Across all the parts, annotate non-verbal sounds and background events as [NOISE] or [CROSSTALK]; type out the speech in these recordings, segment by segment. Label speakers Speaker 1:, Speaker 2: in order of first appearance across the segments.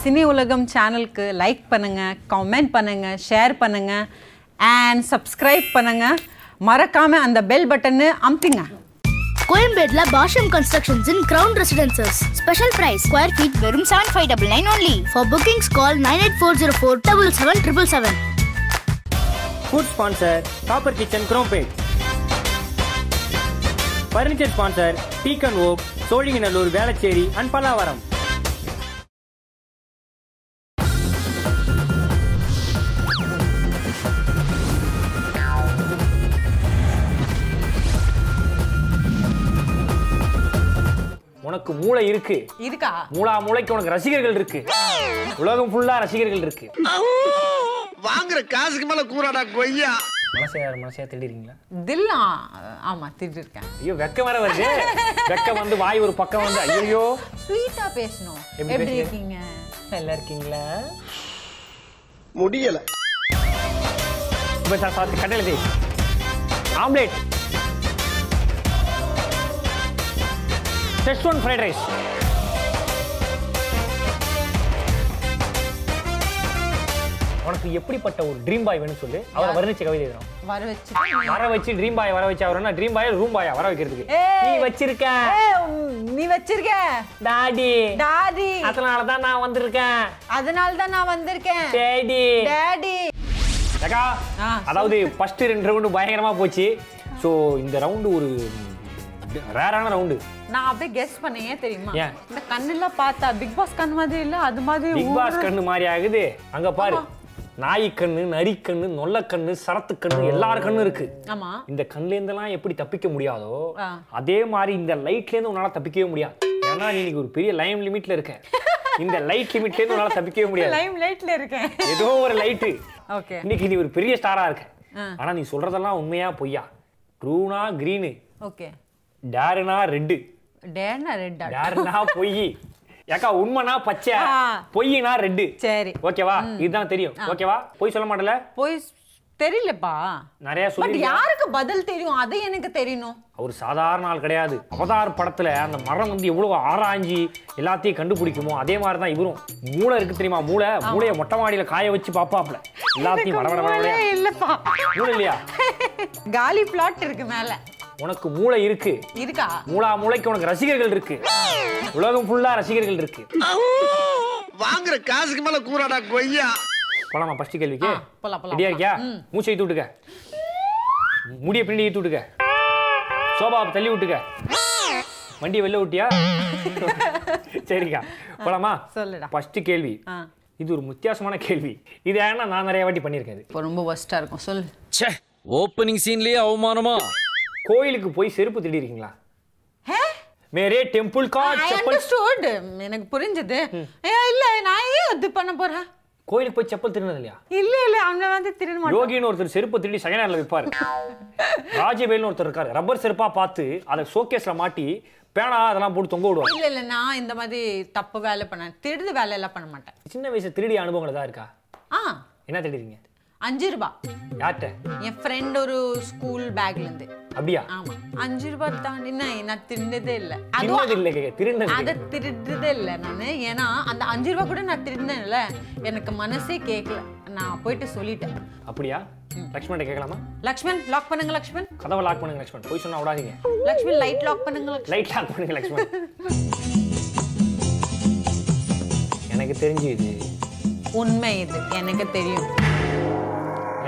Speaker 1: Cine உலகம் சேனலுக்கு like பண்ணுங்க கமெண்ட் பண்ணுங்க ஷேர் பண்ணுங்க அண்ட் சப்ஸ்கிரைப் பண்ணுங்க மறக்காம அந்த பெல் பட்டன்னு அமுத்திங்க
Speaker 2: கோயம்பேட்ல Bhashyam constructions in ground residences special price square feet வெறும் seven five double nine only for bookings call nine eight four zero four double seven triple seven
Speaker 3: food sponsor copper kitchen Chromepet furniture sponsor deacon oak Sholinganallur Velachery and Pallavaram உனக்கு மூளை இருக்கு
Speaker 1: இருக்கா
Speaker 3: மூளா மூளைக்கு உனக்கு ரசிகர்கள் இருக்கு உலகம் ஃபுல்லா ரசிகர்கள் இருக்கு
Speaker 4: வாங்குற காசுக்கு மேல கூறாடா கொய்யா
Speaker 3: மனசை யார் மனசையா தேடிறீங்களா
Speaker 1: தில்லா ஆமா திட்டிருக்கேன்
Speaker 3: ஐயோ வெக்கம் வேற வருது வெக்கம் வந்து வாய் ஒரு பக்கம் வந்து ஐயோ
Speaker 1: ஸ்வீட்டா பேசணும்
Speaker 3: எப்படி
Speaker 1: எப்படி
Speaker 3: பேசுறது?
Speaker 1: இருக்கீங்க
Speaker 3: நல்லா இருக்கீங்களா
Speaker 4: முடியல
Speaker 3: இப்போ சார் சார் கடையில் தே ஆம்லேட் செஸ்வன் ஃப்ரைட் ரைஸ் உனக்கு எப்படிப்பட்ட ஒரு ட்ரீம் பாய் வேணும் சொல்லு அவரை வர்ணிச்சு கவிதை எழுதுறோம்
Speaker 1: வர வச்சு
Speaker 3: வர வச்சு ட்ரீம் பாய் வர வச்சு அவர்னா ட்ரீம் பாய் ரூம் பாயா வர வைக்கிறதுக்கு
Speaker 1: ஏய்.
Speaker 3: நீ வச்சிருக்க
Speaker 1: நீ வச்சிருக்க
Speaker 3: டாடி
Speaker 1: டாடி
Speaker 3: அதனால தான் நான் வந்திருக்கேன்
Speaker 1: அதனால தான் நான் வந்திருக்கேன்
Speaker 3: டேடி
Speaker 1: டாடி
Speaker 3: அக்கா
Speaker 1: ஆ,
Speaker 3: அதாவது ஃபர்ஸ்ட் ரெண்டு ரவுண்டு பயங்கரமா போச்சு ஸோ இந்த ரவுண்டு ஒரு ரேரான ரவுண்டு
Speaker 1: நான் அப்படியே கெஸ் பண்ணேன் ஏன் தெரியுமா
Speaker 3: ஏன்?
Speaker 1: இந்த கண்ணுல பார்த்தா பிக் பாஸ் கண் மாதிரி இல்ல அது மாதிரி
Speaker 3: பிக் பாஸ்
Speaker 1: ஊடுற-
Speaker 3: கண்ணு மாதிரி ஆகுது அங்க பாரு நாய் கண்ணு நரி கண்ணு நொல்ல கண்ணு சரத்து கண்ணு எல்லார் கண்ணும் இருக்கு
Speaker 1: ஆமா
Speaker 3: இந்த கண்ணுல இருந்தெல்லாம் எப்படி தப்பிக்க முடியாதோ
Speaker 1: ஆ.
Speaker 3: அதே மாதிரி இந்த லைட்ல இருந்து உன்னால தப்பிக்கவே முடியாது ஏன்னா நீ இன்னைக்கு ஒரு பெரிய லைம் லிமிட்ல இருக்க இந்த லைட் லிமிட்ல இருந்து உன்னால தப்பிக்கவே முடியாது
Speaker 1: லைம் லைட்ல இருக்கேன்
Speaker 3: ஏதோ ஒரு லைட்டு
Speaker 1: ஓகே
Speaker 3: இன்னைக்கு நீ ஒரு பெரிய ஸ்டாரா இருக்க
Speaker 1: ஆ.
Speaker 3: ஆனா நீ சொல்றதெல்லாம் உண்மையா பொய்யா ட்ரூனா கிரீனு
Speaker 1: ஓகே
Speaker 3: டேருனா ரெட்டு
Speaker 1: டேனா ரெட்டா
Speaker 3: டேருனா பொய் ஏக்கா உண்மைனா பச்சை
Speaker 1: ஆ.
Speaker 3: பொய்னா ரெட்டு
Speaker 1: சரி
Speaker 3: ஓகேவா இதுதான் தெரியும் ஓகேவா பொய் சொல்ல மாட்டல
Speaker 1: போய் ஸ்- தெரியலப்பா
Speaker 3: நிறைய
Speaker 1: பட்
Speaker 3: சொல்லி
Speaker 1: யாருக்கு பதில் தெரியும் அது எனக்கு தெரியணும்
Speaker 3: அவர் சாதாரண ஆள் கிடையாது அவதார் படத்துல அந்த மரம் வந்து எவ்வளவு ஆராய்ஞ்சி எல்லாத்தையும் கண்டுபிடிக்குமோ அதே மாதிரி தான் இவரும் மூளை இருக்கு தெரியுமா மூளை மூளையை மொட்டை மாடியில காய வச்சு பாப்பாப்ல எல்லாத்தையும் வட வட வட
Speaker 1: மூளையே
Speaker 3: வடையா.
Speaker 1: இல்லப்பா
Speaker 3: மூளை இல்லையா
Speaker 1: காலி பிளாட் இருக்கு மேல
Speaker 3: உனக்கு மூளை இருக்கு
Speaker 1: இருக்கா
Speaker 3: மூளா மூளைக்கு உனக்கு ரசிகர்கள் இருக்கு உலகம் ஃபுல்லா ரசிகர்கள் இருக்கு
Speaker 4: வாங்குற காசுக்கு மேல கூறாடா கொய்யா
Speaker 3: போலாமா ஃபர்ஸ்ட் கேள்விக்கு
Speaker 1: ஆ, போலாம், போலாம்,
Speaker 3: ரெடியா இருக்கியா மூச்சை இழுத்து விட்டுக்க முடிய பின்னாடி இழுத்து விட்டுக்க சோபா தள்ளி விட்டுக்க வண்டியை வெளில விட்டியா சரிக்கா போலாமா
Speaker 1: சொல்லுடா
Speaker 3: ஃபர்ஸ்ட் கேள்வி
Speaker 1: ஆ.
Speaker 3: இது ஒரு வித்தியாசமான கேள்வி இது ஏன்னா நான் நிறைய வாட்டி பண்ணியிருக்கேன் இது.
Speaker 1: இப்போ ரொம்ப ஒஸ்டா இருக்கும் சொல்லு
Speaker 5: ச்சே ஓப்பனிங் சீன்லயே அவமானமா
Speaker 3: கோயிலுக்கு போய் செருப்பு திடீரிங்களா
Speaker 1: ஹே
Speaker 3: மேரே டெம்பிள் கா
Speaker 1: ஐ
Speaker 3: செப்பல்
Speaker 1: அண்டர்ஸ்டுட் எனக்கு புரிஞ்சது ஏ இல்ல நான் ஏன் இது பண்ண போறேன்
Speaker 3: கோயிலுக்கு போய் செப்பல் திருடினது இல்லையா
Speaker 1: இல்ல இல்ல அங்க வந்து திருட மாட்டோம்
Speaker 3: யோகின்னு ஒருத்தர் செருப்பு திருடி செகண்ட் ஹேண்ட்ல விற்பாரு ராஜவேல்னு ஒருத்தர் இருக்காரு ரப்பர் செருப்பா பார்த்து அதை ஷோகேஸ்ல மாட்டி பேனா அதெல்லாம் போட்டு தொங்க விடுவாங்க
Speaker 1: இல்ல இல்ல நான் இந்த மாதிரி தப்பு வேலை பண்ண திருடு வேலை எல்லாம் பண்ண மாட்டேன்
Speaker 3: சின்ன வயசு திருடி அனுபவங்கள் ஏதாவது இருக்கா
Speaker 1: ஆ
Speaker 3: என்ன திருடிங்க
Speaker 1: அஞ்சு ரூபா
Speaker 3: யார்கிட்ட
Speaker 1: என் ஃப்ரெண்ட் ஒரு ஸ்கூல் பேக்ல இருந்து
Speaker 3: அப்படியா
Speaker 1: ஆமா அஞ்சு ரூபா தாண்டி நான் நான் திருந்ததே இல்ல அதுவும்
Speaker 3: திருடினது இல்லை கேக்க திருடினது
Speaker 1: அதை திருடுறதே இல்ல நானு ஏன்னா அந்த அஞ்சு ரூபா கூட நான் திருந்தேன்ல எனக்கு மனசே கேட்கல நான் போயிட்டு சொல்லிட்டேன்
Speaker 3: அப்படியா லக்ஷ்மண்ட கேட்கலாமா
Speaker 1: லக்ஷ்மன் லாக் பண்ணுங்க லக்ஷ்மன்
Speaker 3: கதவை லாக் பண்ணுங்க லக்ஷ்மண் போய் சொன்னா விடாதீங்க
Speaker 1: லக்ஷ்மன் லைட் லாக் பண்ணுங்க லக்ஷ்மன்
Speaker 3: லைட் லாக் பண்ணுங்க லக்ஷ்மண் எனக்கு தெரிஞ்சு இது
Speaker 1: உண்மை இது எனக்கு தெரியும்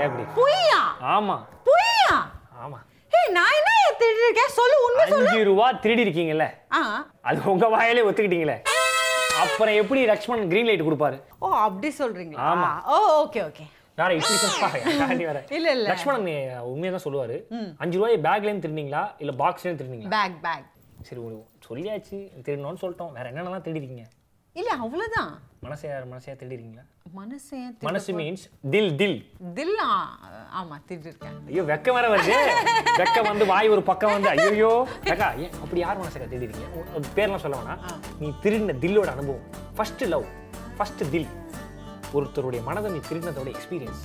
Speaker 3: எப்படி
Speaker 1: பொய்யா
Speaker 3: ஆமா
Speaker 1: பொய்யா
Speaker 3: ஆமா
Speaker 1: ஹே நான் என்ன திருடிருக்கேன் சொல்லு உண்மை சொல்லு
Speaker 3: அஞ்சு ரூபா திருடி இருக்கீங்கல்ல
Speaker 1: ஆ
Speaker 3: அது உங்க வாயிலே ஒத்துக்கிட்டீங்களே அப்புறம் எப்படி லக்ஷ்மண் கிரீன் லைட் கொடுப்பாரு
Speaker 1: ஓ அப்படி சொல்றீங்களா
Speaker 3: ஆமா.
Speaker 1: ஓ ஓகே ஓகே
Speaker 3: வேற இப்படி சொல்லுவாங்க
Speaker 1: இல்ல, இல்ல.
Speaker 3: லக்ஷ்மணன் உண்மையா தான் சொல்லுவாரு அஞ்சு ரூபாய் பேக்ல இருந்து திருடிங்களா இல்ல பாக்ஸ்ல இருந்து திருடிங்களா
Speaker 1: பேக் பேக்
Speaker 3: சரி ஒரு சொல்லியாச்சு திருடணும்னு சொல்லிட்டோம் வேற என்னென்னலாம் தேடிருக்கீங்க
Speaker 1: இல்ல அவ்வளவுதான்
Speaker 3: மனசை யார் மனசையா தேடிருக்கீங்களா
Speaker 1: மனசு ஏன் திரு-
Speaker 3: மனசு மீன்ஸ் தில் தில்
Speaker 1: தில் ஆ- ஆமா திட்டிருக்கேன்
Speaker 3: ஐயோ வெக்கம் வேற வருது வெக்கம் வந்து வாய் ஒரு பக்கம் வந்து ஐயோ வெக்கா ஏன் அப்படி யார் மனசக்கா தேடிருக்கீங்க உ- அது பேர்லாம் சொல்ல வேணாம் நீ திருடின தில்லோட அனுபவம் ஃபர்ஸ்ட் லவ் ஃபர்ஸ்ட் தில் ஒருத்தருடைய மனதை நீ திருடினதோட எக்ஸ்பீரியன்ஸ்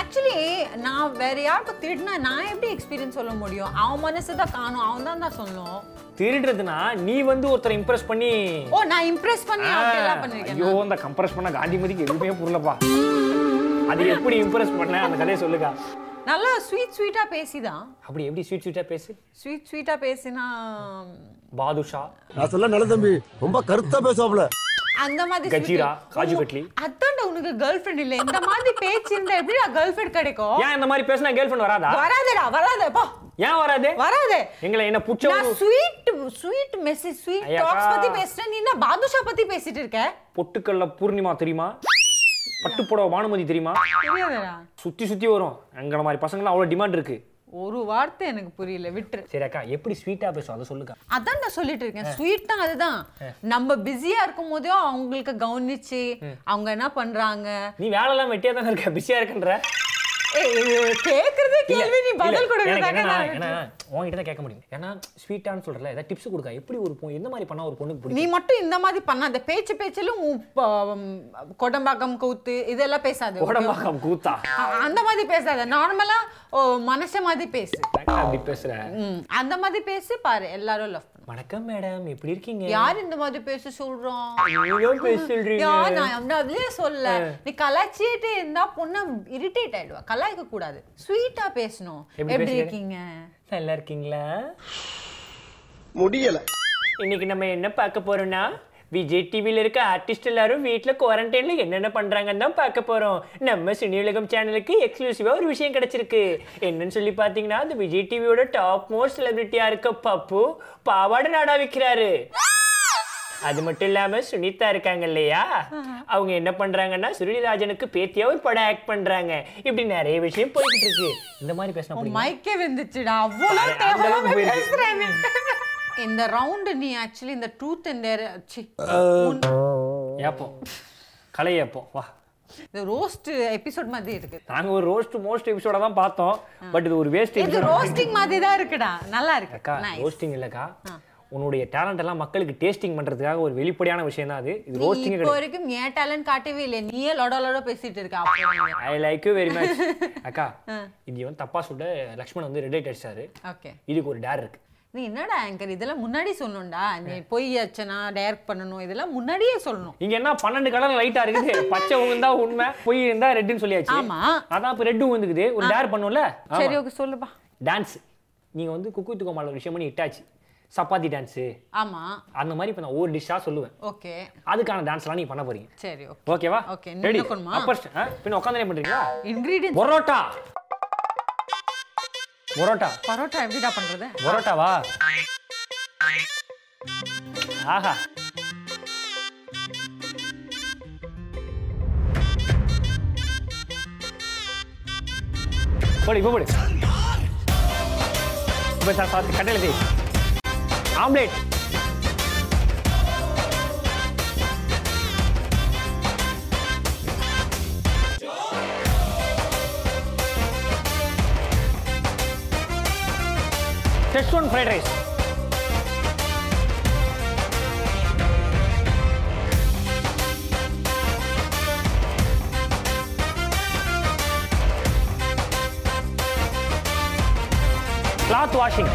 Speaker 1: ஆக்சுவலி நான் வேற யாருக்கும் திருடினா நான் எப்படி எக்ஸ்பீரியன்ஸ் சொல்ல முடியும் அவன் மனசு தான் காணும் அவன் தான் தான் சொல்லும்
Speaker 3: திருடுறதுனா நீ வந்து ஒருத்தரை இம்ப்ரெஸ் பண்ணி
Speaker 1: ஓ நான் இம்ப்ரெஸ் பண்ணி அப்படியெல்லாம் பண்ணிருக்கேன்
Speaker 3: ஐயோ அந்த கம்ப்ரெஸ் பண்ண காந்திமதிக்கு எதுவுமே புரியலப்பா அது எப்படி இம்ப்ரெஸ் பண்ண அந்த கதையை சொல்லுக்கா
Speaker 1: நல்லா ஸ்வீட் ஸ்வீட்டா பேசிதான்
Speaker 3: அப்படி எப்படி ஸ்வீட் ஸ்வீட்டா பேசு
Speaker 1: ஸ்வீட் ஸ்வீட்டா பேசினா
Speaker 3: பாதுஷா
Speaker 6: நான் சொல்ல நல்ல தம்பி ரொம்ப கருத்தா பேசுவாப்ல
Speaker 1: அந்த மாதிரி sweet-
Speaker 3: கஜீரா, காஜு
Speaker 1: உனக்கு-
Speaker 3: கட்லி.
Speaker 1: அதான்டா உனக்கு கேர்ள் ஃப்ரெண்ட் இல்ல இந்த மாதிரி பேச்சு இருந்தா எப்படி கேர்ள் ஃப்ரெண்ட் கிடைக்கும்
Speaker 3: ஏன் இந்த மாதிரி பேசினா கேர்ள் ஃப்ரெண்ட் வராதா
Speaker 1: வராதேடா வராதே பா
Speaker 3: ஏன் வராது
Speaker 1: வராதே
Speaker 3: எங்களை என்ன புடிச்ச
Speaker 1: நான்
Speaker 3: ஒரு
Speaker 1: ஸ்வீட் ஸ்வீட் மெசேஜ் ஸ்வீட்
Speaker 3: ஐயா,
Speaker 1: டாக்ஸ்
Speaker 3: அக்கா.
Speaker 1: பத்தி பேசுறேன் நீ என்ன பாதுஷா பத்தி பேசிட்டு இருக்க
Speaker 3: பொட்டுக்கல்ல பூர்ணிமா தெரியுமா பட்டு புடவை பானுமதி தெரியுமா
Speaker 1: புரியாதடா
Speaker 3: சுத்தி சுத்தி வரும் எங்களை மாதிரி பசங்களாம் அவ்வளவு டிமாண்ட் இருக்கு
Speaker 1: ஒரு வார்த்தை எனக்கு புரியல விட்டுரு
Speaker 3: சரி அக்கா எப்படி ஸ்வீட்டா பேசும் அதை சொல்லுக்கா
Speaker 1: அதான் நான் சொல்லிட்டு இருக்கேன் ஸ்வீட் தான் அதுதான் நம்ம பிஸியா இருக்கும் போதே அவங்களுக்கு கவனிச்சு அவங்க என்ன பண்றாங்க
Speaker 3: நீ வேலை எல்லாம் வெட்டியா தானே இருக்க பிஸியா இருக்குன்ற
Speaker 1: ஏய், இது கேக்குறதே
Speaker 3: இல்ல,
Speaker 1: கேள்வி நீ
Speaker 3: இல்ல,
Speaker 1: பதில்
Speaker 3: எனக்கு என்னன்னா, ஏன்னா,
Speaker 1: கொடுக்கறதாங்க
Speaker 3: உன்கிட்ட தான் கேட்க முடியும் ஏன்னா ஸ்வீட்டான்னு சொல்றல ஏதாவது டிப்ஸ் கொடுக்கா எப்படி ஒரு பொண்ணு எந்த மாதிரி பண்ணா ஒரு பொண்ணுக்கு
Speaker 1: நீ
Speaker 3: பிடிக்கும்
Speaker 1: மட்டும் இந்த மாதிரி பண்ணாத பேச்சு பேச்சிலும் உன் ப- ம், கொடம்பாக்கம் கூத்து இதெல்லாம் பேசாத okay?
Speaker 3: உடம்பாக்கம் கூத்தா
Speaker 1: அ- அந்த மாதிரி பேசாத நார்மலா மனுஷ மாதிரி பேசு
Speaker 3: ஏன்டா அப்படி பேசுற
Speaker 1: ம், அந்த மாதிரி பேசி பாரு எல்லாரும் லவ்
Speaker 3: வணக்கம் மேடம் எப்படி இருக்கீங்க
Speaker 1: யார் இந்த மாதிரி பேச சொல்றோம்
Speaker 3: நீங்க பேசுறீங்க
Speaker 1: யார் நான் வந்து அதுலயே சொல்ல நீ கலாச்சிட்டே இருந்தா பொண்ணு இரிட்டேட் ஆயிடுவா கலாய்க்க கூடாது ஸ்வீட்டா பேசணும்
Speaker 3: எப்படி
Speaker 1: எப்படி
Speaker 3: பேசுறது?
Speaker 1: இருக்கீங்க
Speaker 3: நல்லா இருக்கீங்களா
Speaker 4: முடியல
Speaker 3: இன்னைக்கு நம்ம என்ன பார்க்க போறோம்னா விஜய் டிவியில் இருக்க ஆர்டிஸ்ட் எல்லாரும் வீட்டில் குவாரண்டைன்ல என்னென்ன பண்றாங்கன்னு தான் பார்க்க போறோம் நம்ம சினியுலகம் சேனலுக்கு எக்ஸ்க்ளூசிவா ஒரு விஷயம் கிடைச்சிருக்கு என்னன்னு சொல்லி பார்த்தீங்கன்னா அந்த விஜய் டிவியோட டாப் மோஸ்ட் செலிபிரிட்டியா இருக்க பப்பு பாவாடை நாடா விற்கிறாரு அது மட்டும் இல்லாம சுனிதா இருக்காங்க இல்லையா அவங்க என்ன பண்றாங்கன்னா சுருளிராஜனுக்கு பேத்தியா ஒரு படம் ஆக்ட் பண்றாங்க இப்படி நிறைய விஷயம் போயிட்டு இருக்கு இந்த மாதிரி பேசினா பிடிக்குமா?
Speaker 1: மைக்கே வந்துச்சுடா அவ்வளவு
Speaker 3: அந்த அளவுக்கு
Speaker 1: தேவையில்லாம
Speaker 3: போயிருக்கு.
Speaker 1: பேசுறேன்னு இந்த ரவுண்ட் நீ ஆக்சுவலி இந்த டூத் அண்ட்
Speaker 3: ஏப்போம் கலை ஏப்போம் வா
Speaker 1: இந்த ரோஸ்ட் எபிசோட் மாதிரி இருக்கு
Speaker 3: நாங்க ஒரு ரோஸ்ட் மோஸ்ட் எபிசோட தான் பார்த்தோம் பட் இது ஒரு வேஸ்ட்
Speaker 1: இது ரோஸ்டிங் மாதிரி தான் இருக்குடா நல்லா
Speaker 3: அக்கா
Speaker 1: இருக்கு Nice.
Speaker 3: ரோஸ்டிங் இல்லக்கா உன்னுடைய டேலண்ட் எல்லாம் மக்களுக்கு டேஸ்டிங் பண்றதுக்காக ஒரு வெளிப்படையான விஷயம் தான் அது இது
Speaker 1: நீ
Speaker 3: ரோஸ்டிங்
Speaker 1: இப்போ
Speaker 3: கிடையாது
Speaker 1: வரைக்கும் ஏன் டேலண்ட் காட்டவே இல்லை நீயே லொட லொட பேசிட்டு இருக்க அப்போ
Speaker 3: I like you very
Speaker 1: [LAUGHS]
Speaker 3: much அக்கா இது வந்து தப்பா சொல்ல லக்ஷ்மண் வந்து ரெட் லைட் அடிச்சாரு
Speaker 1: ஓகே
Speaker 3: இதுக்கு ஒரு டேர் இருக்கு
Speaker 1: நீ என்னடா ஆங்கர் இதெல்லாம் முன்னாடி சொல்லணும்டா நீ பொய் அச்சனா டேரக்ட் பண்ணணும் இதெல்லாம் முன்னாடியே சொல்லணும்
Speaker 3: இங்க என்ன பன்னெண்டு கலர் லைட்டா இருக்குது பச்சை உகுந்தா உண்மை பொய் இருந்தா ரெட்னு சொல்லியாச்சு
Speaker 1: ஆமா.
Speaker 3: அதான் இப்ப ரெட் உகுந்துக்குது ஒரு டேர் பண்ணும்ல
Speaker 1: சரி ஓகே சொல்லுப்பா
Speaker 3: டான்ஸ் நீங்க வந்து குக்கு வித்து கோமால ஒரு விஷயம் பண்ணி இட்டாச்சு சப்பாத்தி டான்ஸ்
Speaker 1: ஆமா
Speaker 3: அந்த மாதிரி இப்ப நான் ஒவ்வொரு டிஷ்ஷா சொல்லுவேன்
Speaker 1: ஓகே
Speaker 3: அதுக்கான டான்ஸ்லாம் நீங்க பண்ண போறீங்க
Speaker 1: சரி ஓகே
Speaker 3: ஓகேவா
Speaker 1: Okay, நீ
Speaker 3: ரெடி
Speaker 1: உட்காரணுமா?
Speaker 3: அப்பர் ஸ்ட- ஆ, பின்ன உட்காந்து பண்றீங்களா
Speaker 1: இன்கிரீடியன்ஸ்
Speaker 3: பரோட்டா பரோட்டா
Speaker 1: பரோட்டா எப்படிடா பண்றது
Speaker 3: பரோட்டாவா ஆஹா போடு இப்போ போடு இப்போ சார் பார்த்து கட்டையில் செய் omelette schezwan fried rice cloth washing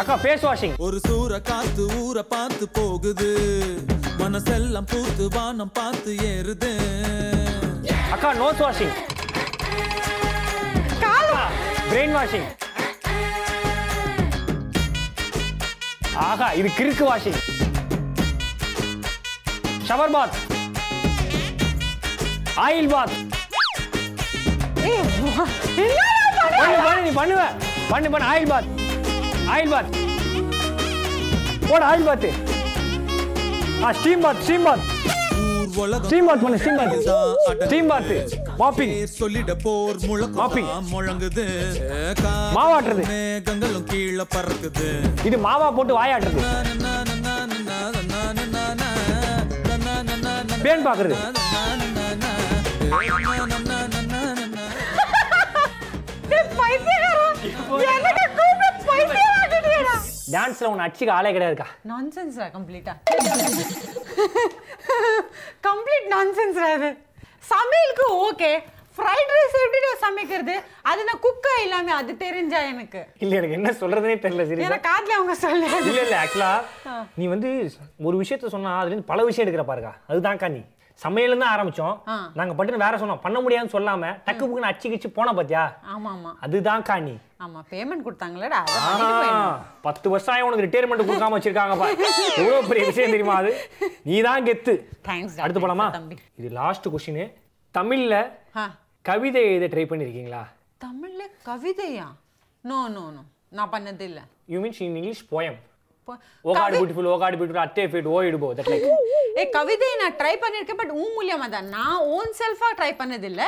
Speaker 3: அக்கா ஃபேஸ் வாஷிங்
Speaker 7: ஒரு சூற காத்து ஊற பார்த்து போகுது மனசெல்லாம் பூத்து வானம் பார்த்து ஏறுது
Speaker 3: அக்கா நோஸ் வாஷிங் காலா பிரெயின் வாஷிங் ஆஹா இது கிறுக்கு washing shower bath oil bath பண்ணு பண்ணு நீ பண்ணுவ பண்ணு பண்ணு ஆயில் பாத் ஆயில் பாத் போட ஆயில் பாத் ஆ ஸ்டீம் பாத் ஸ்டீம் பாத்
Speaker 7: ஊர் உலகம்
Speaker 3: ஸ்டீம் பாத் பண்ணு ஸ்டீம் பாத்
Speaker 7: அடங்குது.
Speaker 3: ஸ்டீம் பாத் மாப்பிங்
Speaker 7: பேர் சொல்லிட போர்
Speaker 3: மாப்பி.
Speaker 7: முழக்கம் முழங்குது
Speaker 3: மாவாட்டுறது.
Speaker 7: மேகங்களும் கீழே பறக்குது
Speaker 3: இது மாவா போட்டு வாயாட்டுறது பேன் பாக்குறது டான்ஸ்ல உன்னை அடிச்சுக்க ஆளே கிடையாதுக்கா
Speaker 1: நான்சென்ஸ்ரா கம்ப்ளீட்டா கம்ப்ளீட் நான்சென்ஸ்ரா இது சமையலுக்கு ஓகே ஃப்ரைட் ரைஸ் எப்படிடா சமைக்கிறது அது நான் குக்கா இல்லாம அது தெரிஞ்சா எனக்கு
Speaker 3: இல்ல எனக்கு என்ன சொல்றதுனே தெரியல சரி
Speaker 1: ஏன்னா காதுல அவங்க சொல்லு
Speaker 3: இல்ல இல்ல ஆக்சுவலா நீ வந்து ஒரு விஷயத்த சொன்னா அதுல இருந்து பல விஷயம் எடுக்கிற பாருக்கா அதுதான்க்கா நீ சமையல் தான் ஆரம்பிச்சோம் நாங்க பட்டுன்னு வேற சொன்னோம் பண்ண முடியாதுன்னு சொல்லாம டக்கு புக்குன்னு அச்சு கிச்சு போன பாத்தியா
Speaker 1: ஆமா ஆமா
Speaker 3: அதுதான்க்கா நீ
Speaker 1: ஆமா பேமெண்ட் கொடுத்தாங்களேடா அதை
Speaker 3: ஆ,
Speaker 1: பண்ணிட்டு போயிடணும்.
Speaker 3: பத்து வருஷம் ஆகி உனக்கு ரிட்டையர்மெண்ட் கொடுக்காம வச்சிருக்காங்க பா எவ்வளவு பெரிய விஷயம் தெரியுமா அது நீ தான் கெத்து
Speaker 1: Thanks டா,
Speaker 3: அடுத்து
Speaker 1: thanks
Speaker 3: போலாமா
Speaker 1: டா தம்பி.
Speaker 3: இது லாஸ்ட் கொஸ்டின் தமிழ்ல
Speaker 1: ஆ,
Speaker 3: கவிதை எழுத ட்ரை பண்ணிருக்கீங்களா
Speaker 1: தமிழ்ல கவிதையா நோ நோ நோ நான் பண்ணது இல்ல
Speaker 3: you means in English poem
Speaker 1: போ-
Speaker 3: ஓ காட்
Speaker 1: கவி-
Speaker 3: பியூட்டிஃபுல் ஓ காட் பியூட்டிஃபுல் அட்டே ஃபீட் ஓ இடுபோ தட் லைக்
Speaker 1: ஏ கவிதை நான் ட்ரை பண்ணிருக்கேன் பட் உன் மூலியமா தான் நான் ஓன் செல்ஃபா ட்ரை பண்ணது இல்ல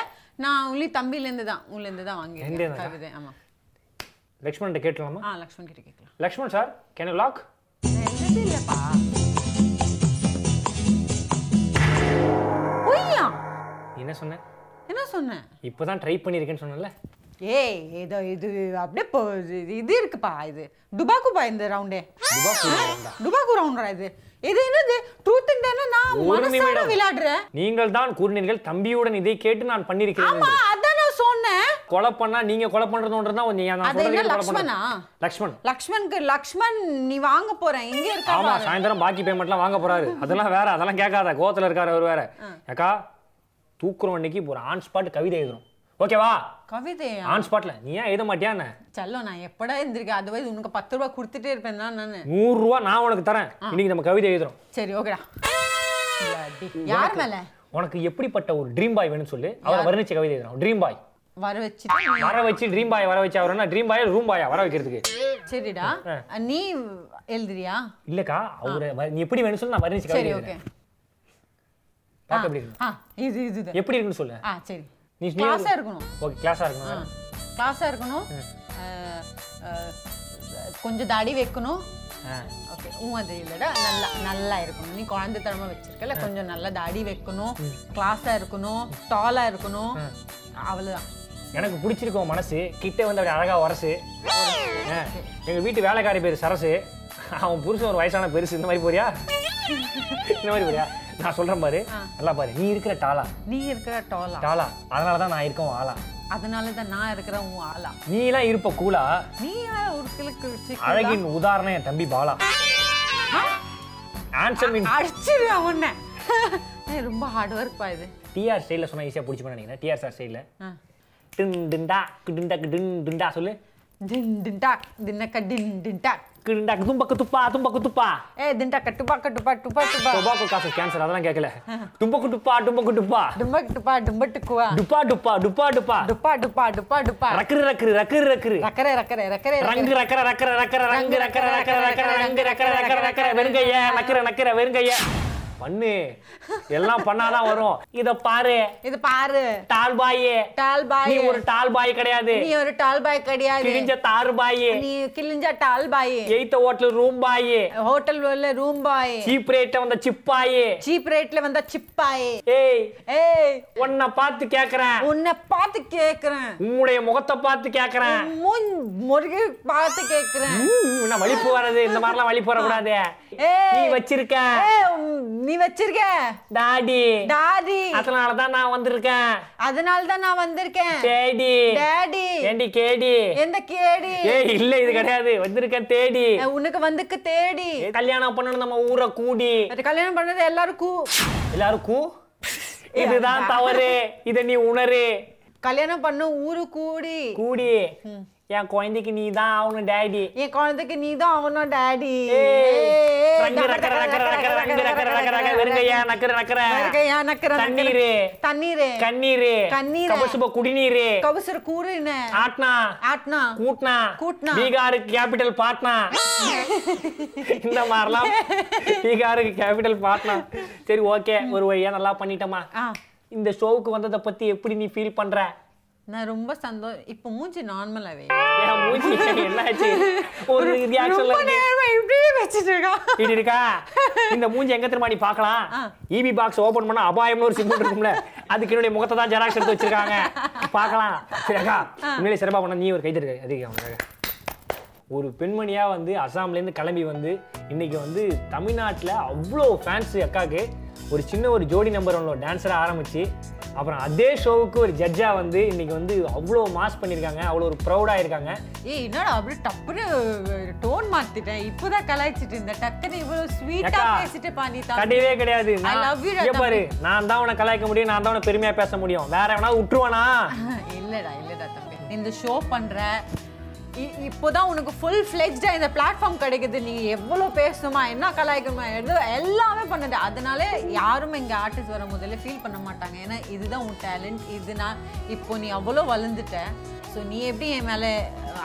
Speaker 1: நான் only தம்பில இருந்து தான் உள்ள இருந்து தான் வாங்கியிருக்கேன்
Speaker 3: ரெண்டேதானா?
Speaker 1: கவிதை ஆமா
Speaker 3: லக்ஷ்மணன் கேட்டலாமா
Speaker 1: ஆ லக்ஷ்மண் கிட்ட கேட்கலாம்
Speaker 3: லக்ஷ்மண் சார் கேன் லாக்
Speaker 1: என்னது இல்லப்பா பொய்யா
Speaker 3: என்ன சொன்னேன்
Speaker 1: என்ன சொன்னேன்
Speaker 3: இப்பதான் ட்ரை பண்ணியிருக்கேன்னு சொன்னேன்ல
Speaker 1: ஏய் ஏதோ இது அப்படியே போ- இது- இது இருக்குப்பா இது டுபாக்குப்பா இந்த ரவுண்டே
Speaker 3: துபாக்கூர் round-ஆ?
Speaker 1: டுபாக்கு ரவுண்டா இது இது என்னது ட்ரூத் தானே நான்
Speaker 3: ஒரு
Speaker 1: மனசார
Speaker 3: நிமிடம்.
Speaker 1: விளையாடுறேன்
Speaker 3: நீங்கள் தான் கூறினீர்கள் தம்பியுடன் இதை கேட்டு நான் பண்ணியிருக்கிறேன்
Speaker 1: ஆமா
Speaker 3: என்று.
Speaker 1: அதான் நான் சொன்னேன்
Speaker 3: கொலை பண்ணா நீங்க கொலை பண்றதுன்றதா நான்
Speaker 1: அது
Speaker 3: சொல்றது
Speaker 1: என்ன
Speaker 3: கொலை பண்றது.
Speaker 1: லக்ஷ்மணா?
Speaker 3: லக்ஷ்மண்
Speaker 1: லக்ஷ்மணுக்கு லக்ஷ்மண் நீ வாங்க போறேன் இங்க இருக்கா
Speaker 3: ஆமா
Speaker 1: பாரு.
Speaker 3: சாயந்தரம் பாக்கி பேமெண்ட்லாம் வாங்க போறாரு
Speaker 1: [LAUGHS]
Speaker 3: அதெல்லாம் வேற அதெல்லாம் கேட்காத கோத்துல இருக்காரு அவர் வேற ஏக்கா தூக்குறோம் இன்னைக்கு இப்ப ஒரு ஆன் ஸ்பாட் கவிதை எழுதுறோம் ஓகேவா
Speaker 1: கவிதையா
Speaker 3: ஆன் ஸ்பாட்ல நீ ஏன் எழுத மாட்டியா என்ன?
Speaker 1: செல்லம் நான் எப்படா எந்திரிக்க அது வயது உனக்கு பத்து ரூபாய் கொடுத்துட்டே இருப்பேன் நானு
Speaker 3: நூறு ரூபா நான் உனக்கு தரேன் இன்னைக்கு நம்ம கவிதை எழுதுறோம்
Speaker 1: சரி ஓகேடா இல்லாடி. யார் மேல
Speaker 3: உனக்கு எப்படிப்பட்ட ஒரு ட்ரீம் பாய் வேணும்னு சொல்லு அவரை வர்ணிச்ச கவிதை எழுதுறோம் ட்ரீம் பாய்
Speaker 1: வர வச்சுட்டு
Speaker 3: வர வச்சு ட்ரீம் பாய் வர வச்சு அவர்னா ட்ரீம் பாய் ரூம் பாயா வர வைக்கிறதுக்கு
Speaker 1: சரிடா நீ எழுதுறியா
Speaker 3: இல்லக்கா அவரை வ- நீ எப்படி வேணும்னு சொல்லு நான் வர்ணிச்சு கவிதை
Speaker 1: சரி ஓகே
Speaker 3: எழுதுறேன். பார்க்க எப்படி இருக்கு
Speaker 1: ஆ இது இதுதான்
Speaker 3: எப்படி இருக்குன்னு சொல்லு
Speaker 1: ஆ சரி
Speaker 3: நீ நீ
Speaker 1: கிளாஸா இருக்கணும்
Speaker 3: ஓகே கிளாஸா இருக்கணும் வேற.
Speaker 1: கிளாஸா இருக்கணும் அஹ், அஹ், கொஞ்சம் தாடி வைக்கணும்
Speaker 3: ஆ.
Speaker 1: ஓகே உன் அது இல்லைடா நல்லா நல்லா இருக்கணும் நீ குழந்தைத்தனமா வச்சிருக்கல கொஞ்சம் நல்லா தாடி வைக்கணும் கிளாஸா இருக்கணும் டாலா இருக்கணும் அவ்வளவுதான்
Speaker 3: எனக்கு பிடிச்சிருக்கும் மனசு கிட்ட வந்து அப்படி அழகா வரசு ஆ, எங்க வீட்டு வேலைக்காரி பேர் சரசு அவன் புருஷன் ஒரு வயசான பெருசு இந்த மாதிரி போறியா இந்த மாதிரி போறியா நான் சொல்றேன் பாரு நல்லா பாரு நீ இருக்கிற டாலா
Speaker 1: நீ இருக்கிற டாலா
Speaker 3: டாலா அதனால தான் நான் இருக்கேன் ஆளா
Speaker 1: அதனால தான் நான் இருக்கிற உன் ஆளா
Speaker 3: நீ எல்லாம் இருப்ப கூலா
Speaker 1: நீ வேற ஒரு கிழக்கு வச்சு
Speaker 3: அழகின் உதாரணம் என் தம்பி பாலா ஆன்சர் மீன்
Speaker 1: அடிச்சிருவேன் உன்னை [LAUGHS] ஏய், ரொம்ப ஹார்ட் ஒர்க் பா இது
Speaker 3: டிஆர் ஸ்டைலில் சொன்னா ஈஸியாக பிடிச்சி நினைக்கிறேன் டிஆர் சார் ஸ்டைலில்
Speaker 1: ஆ.
Speaker 3: டின் டிண்டா டிண்டா டின் டிண்டா சொல்லு
Speaker 1: டின் டின் டாக் தின்னக்க டின் டின் டாக்
Speaker 3: கிண்டா தும்பக்கு துப்பா தும்பக்கு துப்பா
Speaker 1: ஏ தின்டா கட்டுப்பா கட்டுப்பா டுப்பா டுப்பா
Speaker 3: டொபாக்கோ காசு கேன்சர் அதெல்லாம் கேட்கல டும்பக்கு டுப்பா டும்பக்கு டுப்பா
Speaker 1: டும்பா டுப்பா டும்ப டுக்குவா
Speaker 3: டுப்பா டுப்பா டுப்பா டுப்பா
Speaker 1: டுப்பா டுப்பா டுப்பா டுப்பா
Speaker 3: ரக்கரு ரக்கரு ரக்கரு ரக்கரு
Speaker 1: ரக்கரே ரக்கரே ரக்கரே
Speaker 3: ரங்கு
Speaker 1: ரக்கரே
Speaker 3: ரக்கர ரக்கர ரக்கர ரங்கு ரக்கர ரக்கர ரக்கர ரங்கு ரக்கர ரக்கர ரக்கர வெறுங்கைய நக்கர நக்கர வெறுங்கைய பண்ணு எல்லாம் பண்ணாதான் வரும் இத பாரு
Speaker 1: இது பாரு
Speaker 3: டால் பாய்
Speaker 1: டால் பாய்
Speaker 3: நீ ஒரு டால் பாய் கிடையாது
Speaker 1: நீ ஒரு டால் பாய் கிடையாது
Speaker 3: கிழிஞ்ச தாறு பாய்
Speaker 1: நீ கிழிஞ்ச டால் பாய்
Speaker 3: எய்த்த ஹோட்டல் ரூம் பாய்
Speaker 1: ஹோட்டல் உள்ள ரூம் பாய்
Speaker 3: சீப் ரேட்ட வந்த சிப்பாய்
Speaker 1: சீப் ரேட்ல வந்தா சிப்பாய்
Speaker 3: ஏய்
Speaker 1: ஏய்
Speaker 3: உன்னை பார்த்து கேக்குறேன்
Speaker 1: உன்னை பார்த்து கேக்குறேன்
Speaker 3: உன்னுடைய முகத்தை பார்த்து கேக்குறேன்
Speaker 1: முன் முருகு பார்த்து கேக்குறேன்
Speaker 3: ம், என்ன வலிப்பு வர்றது இந்த மாதிரிலாம் வலிப்பு வரக்கூடாது
Speaker 1: ஏய்.
Speaker 3: நீ வச்சிருக்க
Speaker 1: ஏய், உம், நீ வச்சிருக்க
Speaker 3: டாடி
Speaker 1: டாடி
Speaker 3: அதனால தான் நான் வந்திருக்கேன்
Speaker 1: அதனால தான் நான் வந்திருக்கேன்
Speaker 3: டேடி
Speaker 1: டேடி
Speaker 3: ஏண்டி கேடி
Speaker 1: எந்த கேடி
Speaker 3: ஏய் இல்ல இது கிடையாது வந்திருக்கேன் தேடி
Speaker 1: அஹ் உனக்கு வந்துக்கு தேடி
Speaker 3: ஏய், கல்யாணம் பண்ணணும் நம்ம ஊரை கூடி
Speaker 1: அது கல்யாணம் பண்ணது எல்லாரும் கூ
Speaker 3: எல்லாரும் கூ இதுதான் தவறு இத நீ உணரு
Speaker 1: கல்யாணம் பண்ண ஊரு கூடி
Speaker 3: கூடி என் குழந்தைக்கு நீ தான் ஆகணும் டேடி
Speaker 1: என் குழந்தைக்கு நீ தான் அவனும் டாடி
Speaker 3: ரங்கு ரக்கர ரக்கர ரக்கர ரங்கு ரக்கர ரக்கர ரக்கர வெறுங்கையா நக்கர நக்கர தண்ணீரு.
Speaker 1: தண்ணீரு
Speaker 3: கண்ணீரு
Speaker 1: கண்ணீரு.
Speaker 3: கபசுப குடிநீரு
Speaker 1: கவுசர் கூறுன
Speaker 3: ஆட்னா
Speaker 1: ஆட்னா
Speaker 3: கூட்னா
Speaker 1: கூட்னா.
Speaker 3: பீகாருக்கு கேபிட்டல் பாட்னா இந்த மாதிரிலாம் பீகாருக்கு கேபிட்டல் பாட்னா சரி ஓகே ஒரு வழியா நல்லா பண்ணிட்டோமா
Speaker 1: ஆ.
Speaker 3: இந்த ஷோவுக்கு வந்ததை பத்தி எப்படி நீ ஃபீல் பண்ற
Speaker 1: நான் ரொம்ப சந்தோஷம் இப்போ மூஞ்சி நார்மலாவே
Speaker 3: என் மூஞ்சி
Speaker 1: [LAUGHS]
Speaker 3: என்னாச்சு ஒரு ரியாக்ஷன்ல
Speaker 1: ரொம்ப நேரமா இப்படியே வச்சிட்டு இருக்கான்
Speaker 3: இப்படி இருக்கா இந்த மூஞ்சி எங்க திரும்ப நீ பார்க்கலாம் E இபி பாக்ஸ் ஓபன் பண்ணா அபாயம்னு ஒரு சிம்பிள் இருக்கும்ல அதுக்கு என்னுடைய முகத்தை தான் ஜெராக்ஸ் எடுத்து வச்சிருக்காங்க பார்க்கலாம் சரியாக்கா உண்மையிலே சிறப்பாக பண்ண நீ ஒரு கை தட்டு அதிகம் ஒரு பெண்மணியா வந்து அசாம்ல இருந்து கிளம்பி வந்து இன்னைக்கு வந்து தமிழ்நாட்டில் அவ்வளோ ஃபேன்ஸ் அக்காக்கு ஒரு சின்ன ஒரு ஜோடி நம்பர் ஒன்று டான்ஸராக ஆரம்பிச்சு அப்புறம் அதே ஷோவுக்கு ஒரு ஜட்ஜா வந்து இன்னைக்கு வந்து அவ்வளோ மாஸ் பண்ணியிருக்காங்க அவ்வளோ ஒரு ப்ரௌடாக இருக்காங்க
Speaker 1: ஏய் என்னடா அப்படி டப்புன்னு டோன் மாத்திட்டேன் இப்போதான் கலாய்ச்சிட்டு இருந்தேன் டக்குன்னு இவ்வளவு ஸ்வீட்டா
Speaker 3: ஏக்கா,
Speaker 1: பேசிட்டு பா நீ தம்பி.
Speaker 3: கிடையவே கிடையாது
Speaker 1: I
Speaker 3: நான்
Speaker 1: love you டா
Speaker 3: இங்க பாரு
Speaker 1: தம்பி.
Speaker 3: நான் தான் உன கலாய்க்க முடியும் நான் தான் உன பெருமையா பேச முடியும் வேற எவனா விட்டுருவானா
Speaker 1: இல்லடா இல்லடா தம்பி நீ இந்த ஷோ பண்ற இ- இப்போதான் உனக்கு ஃபுல் ஃபிளெஜ்டா இந்த பிளாட்ஃபார்ம் கிடைக்குது நீ எவ்வளவு பேசணுமா என்ன கலாய்க்கணுமா எது எல்லாமே பண்ணுது அதனால யாரும் இங்க ஆர்டிஸ்ட் வர முதல்ல ஃபீல் பண்ண மாட்டாங்க ஏன்னா இதுதான் உன் டேலண்ட் இது நான் இப்போ நீ அவ்வளோ வளர்ந்துட்ட ஸோ நீ எப்படி என் மேலே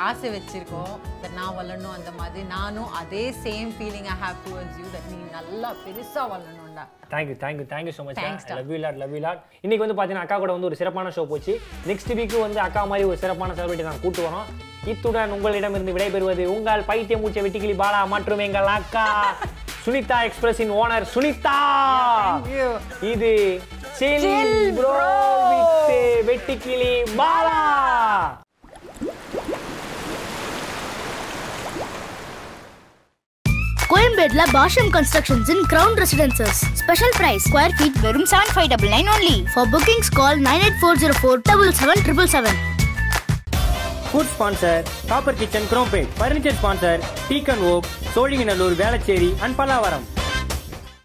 Speaker 1: ஆசை வச்சிருக்கோ that நான் வளரணும் அந்த மாதிரி நானும் அதே same feeling I have towards you that நீ நல்லா பெருசா வளரணும்டா
Speaker 3: thank you thank you thank you so much
Speaker 1: Thanks டா.
Speaker 3: Love you lot love you lot இன்னைக்கு வந்து பார்த்தீங்கன்னா அக்கா கூட வந்து ஒரு சிறப்பான ஷோ போச்சு நெக்ஸ்ட் வீக்கு வந்து அக்கா மாதிரி ஒரு சிறப்பான செலிபிரிட்டி நான் கூட்டு வரோம் இத்துடன் உங்களிடமிருந்து விடைபெறுவது உங்கள் பைத்திய மூச்சை வெட்டிக்கிளி பாலா மற்றும் எங்கள் அக்கா சுனிதா எக்ஸ்பிரஸின் ஓனர் சுனிதா
Speaker 1: thank you.
Speaker 3: இது chill
Speaker 1: Chill
Speaker 3: bro
Speaker 1: bro.
Speaker 3: With வெட்டிக்கிளி பாலா
Speaker 2: கோயம்பேட்ல Bhashyam constructions in ground residences special price square feet வெறும் seven five double nine only for bookings call nine eight four zero four double seven triple seven
Speaker 8: food sponsor copper kitchen Chromepet furniture sponsor deacon oak Sholinganallur Velachery and Pallavaram